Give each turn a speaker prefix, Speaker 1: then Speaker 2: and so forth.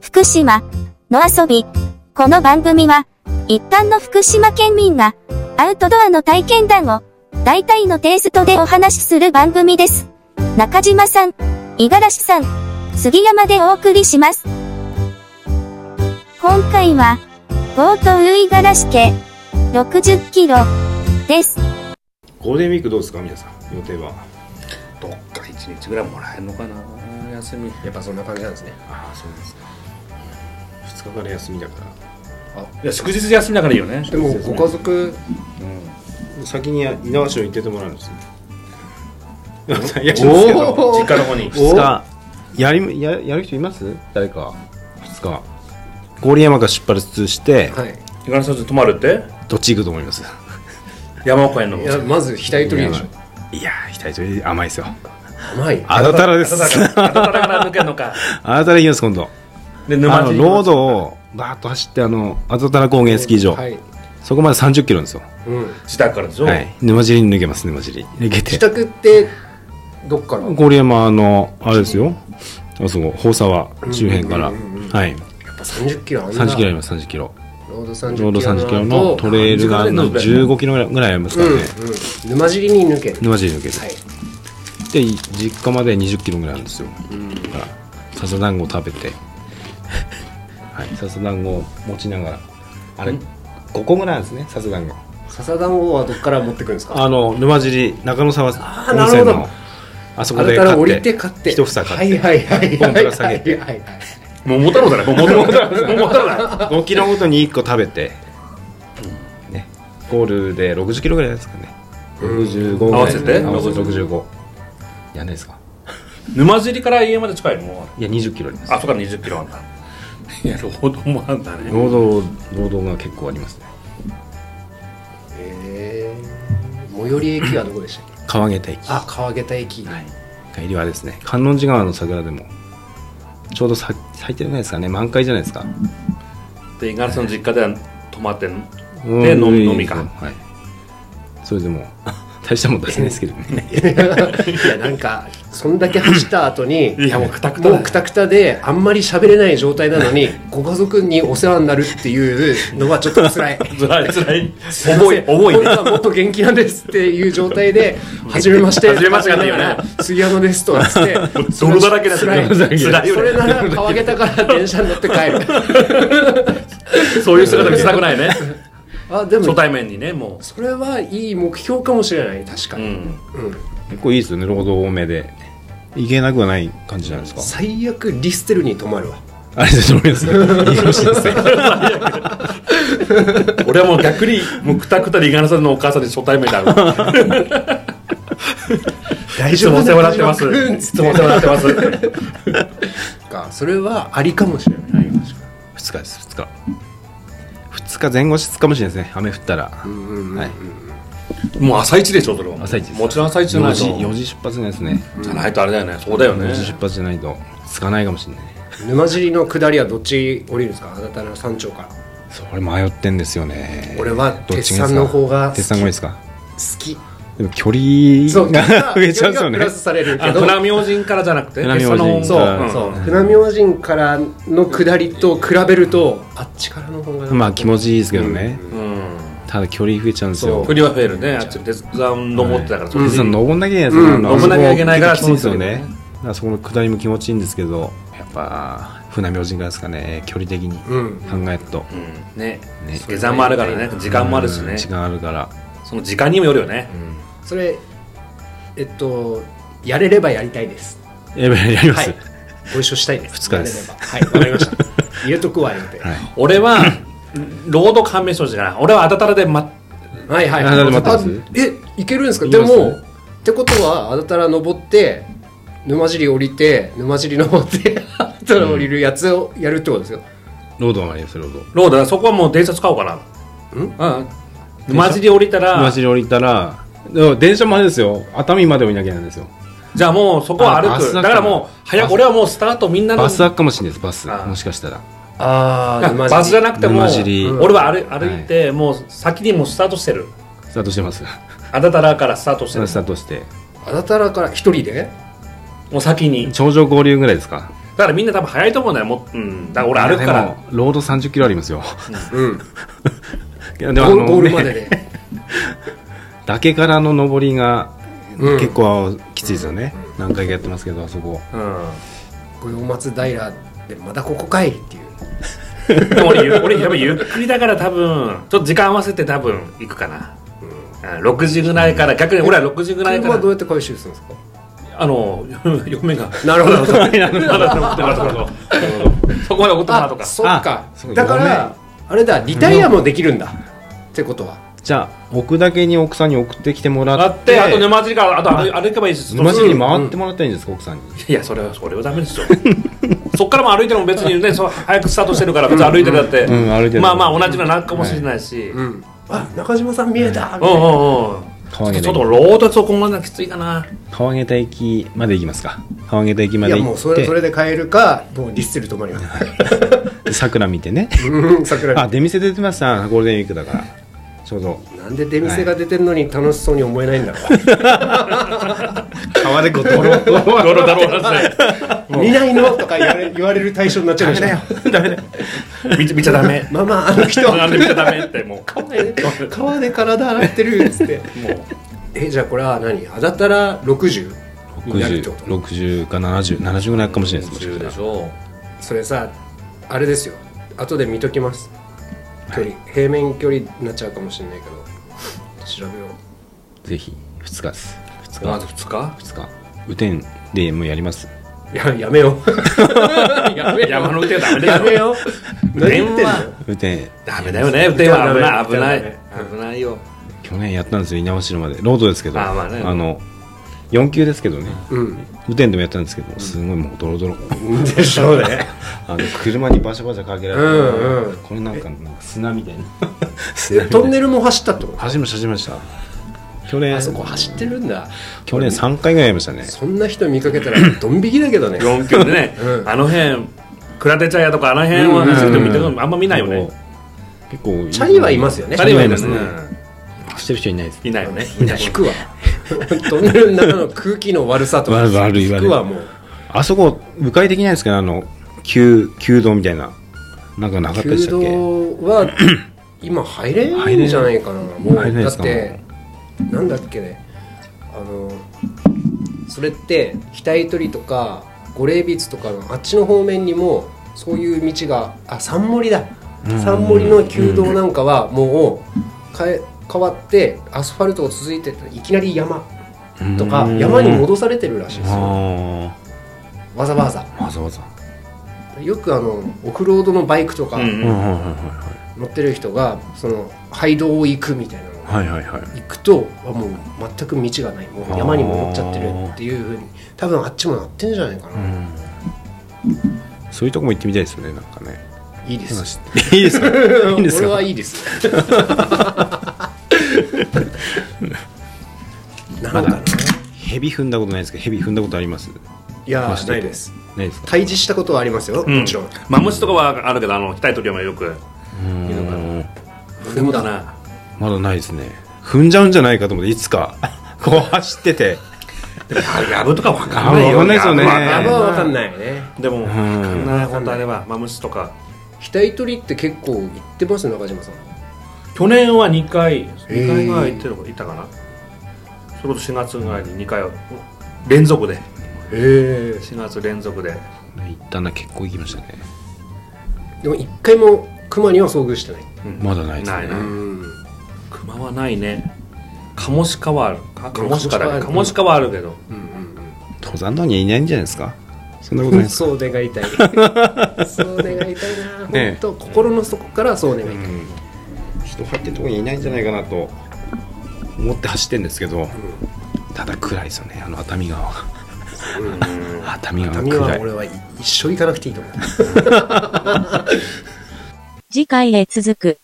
Speaker 1: 福島の遊び。この番組は、一般の福島県民が、アウトドアの体験談を、大体のテイストでお話しする番組です。中島さん、五十嵐さん、杉山でお送りします。今回は、強盗五十嵐家、60キロ、です。
Speaker 2: ゴールデンウィークどうですか皆さん予定は
Speaker 3: どっか一日ぐらいもらえるのかな休みやっぱそんな感じなんですね
Speaker 2: ああそうですか2日から休みだから
Speaker 3: あいや祝日休みだからいいよね
Speaker 4: でもご家族
Speaker 2: 先に猪苗代行っててもらうんですね いやちょっとですけど
Speaker 3: 実家の方に
Speaker 2: 2日やりややる人います誰か2日郡山から出発して、
Speaker 4: はい
Speaker 3: 五十嵐さんと泊まるって
Speaker 2: どっち行くと思います
Speaker 3: 山岡への
Speaker 4: いやまず額取りでしょ
Speaker 2: いやー額取り甘いですよ
Speaker 4: 甘い
Speaker 2: あだたらです
Speaker 3: だからだから抜けるのか
Speaker 2: あだたら行きます今度
Speaker 3: で
Speaker 2: あ
Speaker 3: 沼
Speaker 2: の
Speaker 3: 地
Speaker 2: ロードをバーッと走ってあのあだたら高原スキー場、
Speaker 4: はい
Speaker 2: そこまで3 0キロなんですよ、
Speaker 4: うん
Speaker 3: 自宅からでしょ、
Speaker 2: はい、沼尻に抜けます沼尻抜けて
Speaker 4: 自宅ってどっから
Speaker 2: 郡山のあれですよあそこ宝沢周辺から、はい
Speaker 4: やっぱ30キロあんな
Speaker 2: 3 0キロあります3 0キロ
Speaker 4: ロード
Speaker 2: ちょうど3 0
Speaker 4: 30キ
Speaker 2: キロ
Speaker 4: ロ
Speaker 2: の
Speaker 4: の
Speaker 2: トレイルがあるの
Speaker 3: あ時
Speaker 2: 15キロぐらいありますからね、
Speaker 4: うんうん沼尻に抜ける
Speaker 2: 沼尻抜けて、
Speaker 4: はい
Speaker 2: で実家まで2 0キロぐらいあるんですよ、だから笹団子食べ て、はい、笹団子を持ちながらあれ
Speaker 3: ん
Speaker 2: 5個ぐらいあるんですね笹団子
Speaker 4: 笹団子はどっから持ってくるんですか
Speaker 2: あの沼尻中野沢
Speaker 4: ー
Speaker 2: 温泉の
Speaker 4: なるほど
Speaker 2: あそ
Speaker 4: あ
Speaker 2: こ
Speaker 4: れ
Speaker 2: で
Speaker 4: から
Speaker 2: 買
Speaker 4: 降
Speaker 2: っ
Speaker 4: り
Speaker 2: て
Speaker 4: て買って
Speaker 2: 一房買って
Speaker 4: はいはいはい
Speaker 2: ボン
Speaker 4: はい
Speaker 2: から下げて
Speaker 4: はいはいはい
Speaker 3: 桃太郎だね桃太郎だね桃太郎だね
Speaker 2: 5キロごとに1個食べて、ね、ゴールで60キロぐらいですかね65ぐらい
Speaker 3: 合わせて
Speaker 2: 合わせて65やんないですか
Speaker 3: 沼尻から家まで近いのも
Speaker 2: いや20キロあります
Speaker 3: あそこから20キロあんだいやロードもあんだね
Speaker 2: 労働労働が結構ありますね
Speaker 4: えー最寄り駅はどこでしたっけ
Speaker 2: 川下駅
Speaker 4: あ川桁駅
Speaker 2: 帰りはですね観音寺川の桜でもちょうど咲咲いてるじゃないですかね満開じゃないですか
Speaker 3: で五十嵐さんの実家では泊まってんの
Speaker 2: うん
Speaker 3: で飲み
Speaker 2: いい
Speaker 3: 飲みか
Speaker 2: はいそれでも 大したもん出せないですけど ね
Speaker 4: いやなんかそんだけ走った後に
Speaker 3: いやもうくたくただ
Speaker 4: もうくたくたであんまり喋れない状態なのにご家族にお世話になるっていうのはちょっと 辛い
Speaker 3: つらいつらい
Speaker 4: すません
Speaker 3: 重い重い
Speaker 4: 本当はもっと元気なんですっていう状態で「はじめまして」
Speaker 3: はじめましてだよね
Speaker 4: 杉山です」とかつって
Speaker 3: 泥だらけだ
Speaker 4: 辛い
Speaker 3: 辛いよね
Speaker 4: それなら川桁から電車に乗って帰 る
Speaker 3: そういう姿見せたくないね
Speaker 4: あで
Speaker 3: 初
Speaker 4: も
Speaker 3: 対面にねも
Speaker 4: それはいい目標かもしれない確か
Speaker 3: うう
Speaker 4: に、
Speaker 3: ん
Speaker 2: 結構いいですよね労働多めでいけなくはない感じじゃないですか
Speaker 4: 最悪リステルに泊まるわ
Speaker 2: ありがとうございます。いいかもしれま せん。
Speaker 3: 俺はもう逆にもうくたくたで五十嵐さんのお母さんで初対面で会う
Speaker 4: 大
Speaker 3: いつもお世話になって
Speaker 4: う
Speaker 3: ま
Speaker 4: ん
Speaker 3: す。いつもお世話になってます。
Speaker 4: かそれはありかもしれない確か
Speaker 2: 二日です。二日。二日前後室かもしれないですね。雨降ったら。はい。
Speaker 3: もう朝一でしょ、それは。
Speaker 2: 朝一です
Speaker 3: もちろん朝一じゃ
Speaker 2: 四
Speaker 3: ないと。
Speaker 2: 時、四時出発じゃないですね。
Speaker 3: じゃないとあれだよね。そうだよね
Speaker 2: 四。時出発じゃないと。つかないかもしれない。
Speaker 4: に沼尻の下りはどっち降りるんですかあなたの山頂から
Speaker 2: それ迷ってんですよね。
Speaker 4: 俺
Speaker 2: ど
Speaker 4: は
Speaker 2: っちがいいですか
Speaker 4: 鉄山の方が好き
Speaker 2: 鉄山がいいですか。
Speaker 4: 好き
Speaker 2: でも距離
Speaker 4: そ う
Speaker 2: が増えちゃうんですよ
Speaker 4: 距離がプ
Speaker 2: ね
Speaker 4: ラ。スされるけ
Speaker 3: あ
Speaker 4: ど
Speaker 3: 船明神からじゃなくて、
Speaker 2: 船明神
Speaker 3: 今朝の
Speaker 4: そう
Speaker 2: うん
Speaker 4: そう船明神からの下りと比べるとあっちからの方が
Speaker 2: まあ気持ちいいですけどね。
Speaker 3: うん。
Speaker 2: ただ距離増えちゃうんですよ
Speaker 4: そ。
Speaker 3: クリはフェールね。あっちの鉄山登ってたから、そっ
Speaker 2: 鉄
Speaker 3: ち
Speaker 2: 山
Speaker 3: に
Speaker 2: 登んなきゃいけないですよ
Speaker 4: うん
Speaker 2: あの
Speaker 3: 登んなきゃいけないから
Speaker 2: あそこ結構きついですよ
Speaker 3: きつい
Speaker 2: ね。だからそこの下りも気持ちいいんですけど、やっぱ船明神からですかね。距離的に
Speaker 4: うん
Speaker 2: 考えると。
Speaker 3: うんね
Speaker 2: ね
Speaker 3: 下山もあるからね。時間もあるし
Speaker 2: うん
Speaker 3: ね。
Speaker 2: 時間あるから
Speaker 3: その時間にもよるよね。
Speaker 4: それえっとやれればやりたいです
Speaker 2: やばいやりま
Speaker 4: は
Speaker 2: す、
Speaker 4: いご一緒したいで
Speaker 2: 二
Speaker 4: す
Speaker 2: 日です
Speaker 4: やれればはいわかりました 言えとくわ言うて
Speaker 2: はい
Speaker 3: 俺は、ロード勘弁してほしいな。俺はあたたらでま、
Speaker 4: はいはい
Speaker 2: あなるほど待ってま
Speaker 4: あえ行けるんですか
Speaker 2: い
Speaker 4: で
Speaker 2: けます
Speaker 4: もってことはあだたら登って沼尻降りて沼尻登ってあだたら降りるやつをやるってことですよ、
Speaker 2: ロードもありますロード
Speaker 3: ロードだ。そこはもう電車使おうかな。うん。沼尻降りたら
Speaker 2: 沼、尻降りたらでも電車もあれですよ熱海まで降りなきゃいけないんですよ
Speaker 3: じゃあもうそこは
Speaker 2: あ
Speaker 3: 歩
Speaker 2: バ
Speaker 3: く。
Speaker 2: ス
Speaker 3: だ
Speaker 2: だ
Speaker 3: からもう、早く、俺はもうスタートみんなの。
Speaker 2: バスあっかもしれないですバス
Speaker 3: あ
Speaker 2: もしかしたら
Speaker 4: ああ
Speaker 3: バスじゃなくても
Speaker 2: 沼尻
Speaker 3: 俺は歩歩いて、もう先にもうスタートしてる
Speaker 2: スタートしてます
Speaker 3: あだたらからスタートしてる
Speaker 2: スタートして
Speaker 4: あだたらから一人で
Speaker 3: もう先に
Speaker 2: 頂上合流ぐらいですか
Speaker 3: だからみんな多分早いと思うんだよもう、うん、だから俺歩くから
Speaker 2: でもロード30キロありますよ
Speaker 4: うん、
Speaker 2: いやで
Speaker 4: ゴ
Speaker 2: もあの
Speaker 4: ーゴールま
Speaker 2: ね
Speaker 4: でで、
Speaker 2: 崖からの登りが
Speaker 4: うん
Speaker 2: 結構きついですよね、何回かやってますけどあそこ
Speaker 4: 五葉松平でまだここかいっていう
Speaker 3: うん、 でも俺ゆ俺やっぱゆっくりだから多分ちょっと時間合わせて多分行くかな、うん、6時ぐらいから逆に俺は6時ぐらいか
Speaker 4: 車は
Speaker 3: ら
Speaker 4: どうやって回収するんですか
Speaker 3: あの 嫁が
Speaker 4: なるほど
Speaker 3: まだ残ってるなとかそこまで送ってもらうとか
Speaker 4: あそっか
Speaker 2: あそう
Speaker 4: だからあれだリタイアもできるんだ、ってことは
Speaker 2: じゃあ置くだけに奥さんに送ってきてもら
Speaker 3: あ
Speaker 2: っ
Speaker 3: ってあと沼尻からあと歩歩けばいいし
Speaker 2: 沼尻に回ってもらったらいいんですか、奥さんに
Speaker 3: いやそれはそれはダメですよそっからも歩いても別にねそう早くスタートしてるから別に歩いてるだって、
Speaker 2: うんうん歩いてる
Speaker 3: まあまあ同じのなんかもしれないし、うん、
Speaker 4: んあ中島さん見えた、
Speaker 3: うんうんうんちょ
Speaker 2: 川下
Speaker 3: っと
Speaker 2: で
Speaker 3: ちょっとロードそこまできついか な
Speaker 2: 川桁駅まで行きますか川桁駅ま
Speaker 4: い
Speaker 2: で
Speaker 4: や
Speaker 2: 行って
Speaker 4: もうそれそれで買えるかもうリッセル泊まります
Speaker 2: 桜見てね
Speaker 4: うん桜
Speaker 2: あ出店出てましたゴールデンウィークだからちょうど
Speaker 4: なんで出店が出てんのに楽しそうに思えないんだろ
Speaker 2: 川でこうドロドロ
Speaker 3: ロードだろうなって
Speaker 4: う、見ないのとか言われ言われる対象になっちゃうでしょ
Speaker 2: ダメだよ
Speaker 3: 見ち見ちゃダメ
Speaker 4: ママあの人
Speaker 3: なんで見ちゃダメってもう
Speaker 4: 川で川で体洗ってるっつって
Speaker 3: もう
Speaker 4: えじゃあこれは何あだたら 60? になるってこと
Speaker 2: 60か7070ぐらいかもしれないですもしかした
Speaker 3: 中で
Speaker 2: ら
Speaker 3: しょ
Speaker 4: それさあれですよ後で見ときます距離、平面距離になっちゃうかもしれないけど調べよう
Speaker 2: ぜひ2日です2
Speaker 3: ま
Speaker 2: 日
Speaker 3: ず2日
Speaker 2: 2日雨天でもうやります
Speaker 4: いややめようやめよう
Speaker 3: 山の運転はダメだよ
Speaker 4: やめよう 何言ってんの
Speaker 3: 電
Speaker 2: 雨天
Speaker 3: ダメだよね運転は危ない危
Speaker 4: ダ
Speaker 3: な
Speaker 4: メ
Speaker 3: い危ないよ
Speaker 2: 去年やったんですよ稲葉城までロードですけど
Speaker 3: あまあね
Speaker 2: の4級ですけどね
Speaker 4: うん
Speaker 2: 雨天でもやったんですけどすごいもうドロドロ
Speaker 4: でしょうね
Speaker 2: あの車にバシャバシャかけられて、
Speaker 4: うんうん
Speaker 2: これなんかなんか砂みたいな 砂
Speaker 4: で
Speaker 2: みたい
Speaker 4: ト
Speaker 2: な
Speaker 4: ンネルも走ったってこと
Speaker 2: 走りました走りました去年
Speaker 4: あそこ走ってるんだ
Speaker 2: 去年3回ぐらいやりましたね
Speaker 4: そんな人見かけたらドン引きだけどね
Speaker 3: 4キロでね、
Speaker 4: うん
Speaker 3: あの辺倉手茶屋とかあの辺は走ってみてもあんま見ないよね
Speaker 2: 結構
Speaker 4: チャリはいますよね
Speaker 3: チャリはいますね
Speaker 2: う走ってる人いないです
Speaker 3: いないよね
Speaker 4: みんな引くわトンネルの中の空気の悪さとか
Speaker 2: 悪い悪い
Speaker 4: 引くわもう
Speaker 2: あそこ迂回できないですかねあの旧旧道みたいななんかなかったでし
Speaker 4: 弓
Speaker 2: たっけ
Speaker 4: 道は今入れんじゃないかなもう
Speaker 2: 入れないで
Speaker 4: だっ
Speaker 2: すか
Speaker 4: てなんだっけねあのそれって額取りとか五霊筆とかのあっちの方面にもそういう道があ三森だ
Speaker 2: うん
Speaker 4: 三森の旧道なんかはもうかえ変わってアスファルトが続いてていきなり山とか
Speaker 2: うん
Speaker 4: 山に戻されてるらしいですよ
Speaker 2: あ
Speaker 4: わざわざ
Speaker 2: あわざわざ
Speaker 4: よくあのオフロードのバイクとか
Speaker 3: うん
Speaker 2: う
Speaker 3: うんん
Speaker 4: 乗ってる人がその廃道を行くみたいなのを
Speaker 2: はいはいはい
Speaker 4: 行くとあもう全く道がないもう山に戻っちゃってるっていうふうに多分あっちもなってんじゃないかな、
Speaker 2: そういうとこも行ってみたいですよねなんかね
Speaker 4: いいです
Speaker 2: いいです かいいんです
Speaker 4: 俺
Speaker 2: か
Speaker 4: はいいですなんかな、
Speaker 2: ヘビ踏んだことないですけどヘビ踏んだことあります
Speaker 4: いや
Speaker 2: 走ってて
Speaker 4: ないです
Speaker 2: ないですか
Speaker 4: 退治したことはありますよ、
Speaker 3: うん
Speaker 4: もちろん
Speaker 3: まあ虫とかはあるけどあの額取りはよく
Speaker 2: う
Speaker 3: のかなん
Speaker 4: 踏むだ
Speaker 3: な
Speaker 2: まだないですね踏んじゃうんじゃないかと思っていつかこう走ってて
Speaker 3: やぶとかわかんないよ
Speaker 2: あわかんないですよね
Speaker 3: やぶ
Speaker 2: えー
Speaker 3: わかんない
Speaker 4: やばはわかんないね
Speaker 3: でもわかんない本当あれはマムシとか
Speaker 4: 額取りって結構行ってます中島さん
Speaker 3: 去年は2回
Speaker 4: ー
Speaker 3: 2回ぐらい行ってるのいたかなそれこそ4月ぐらいに2回連続で
Speaker 4: え
Speaker 3: 4月連続で
Speaker 2: 行ったな結構行きましたね
Speaker 4: でも一回も熊には遭遇してない
Speaker 2: まだないですね
Speaker 3: ないな
Speaker 4: うん
Speaker 3: 熊はないねカモシカはあるかカモシカだねカ
Speaker 4: カモ
Speaker 3: モ
Speaker 4: シ
Speaker 3: シカはあるけど
Speaker 2: 登山道にはいないんじゃないですかそんなことないです
Speaker 4: そう願い たいそう願いた
Speaker 2: ね
Speaker 4: いな、
Speaker 2: え
Speaker 4: 本当心の底からそう願いたい、
Speaker 2: 人入ってるとこにいないんじゃないかなと思って走ってんですけど、ただ暗いですよねあの熱海川は 熱海川
Speaker 4: ダ
Speaker 2: は
Speaker 4: ミーは
Speaker 2: 暗い
Speaker 4: 俺はい一生行かなくていいと思う
Speaker 5: 次回へ続く。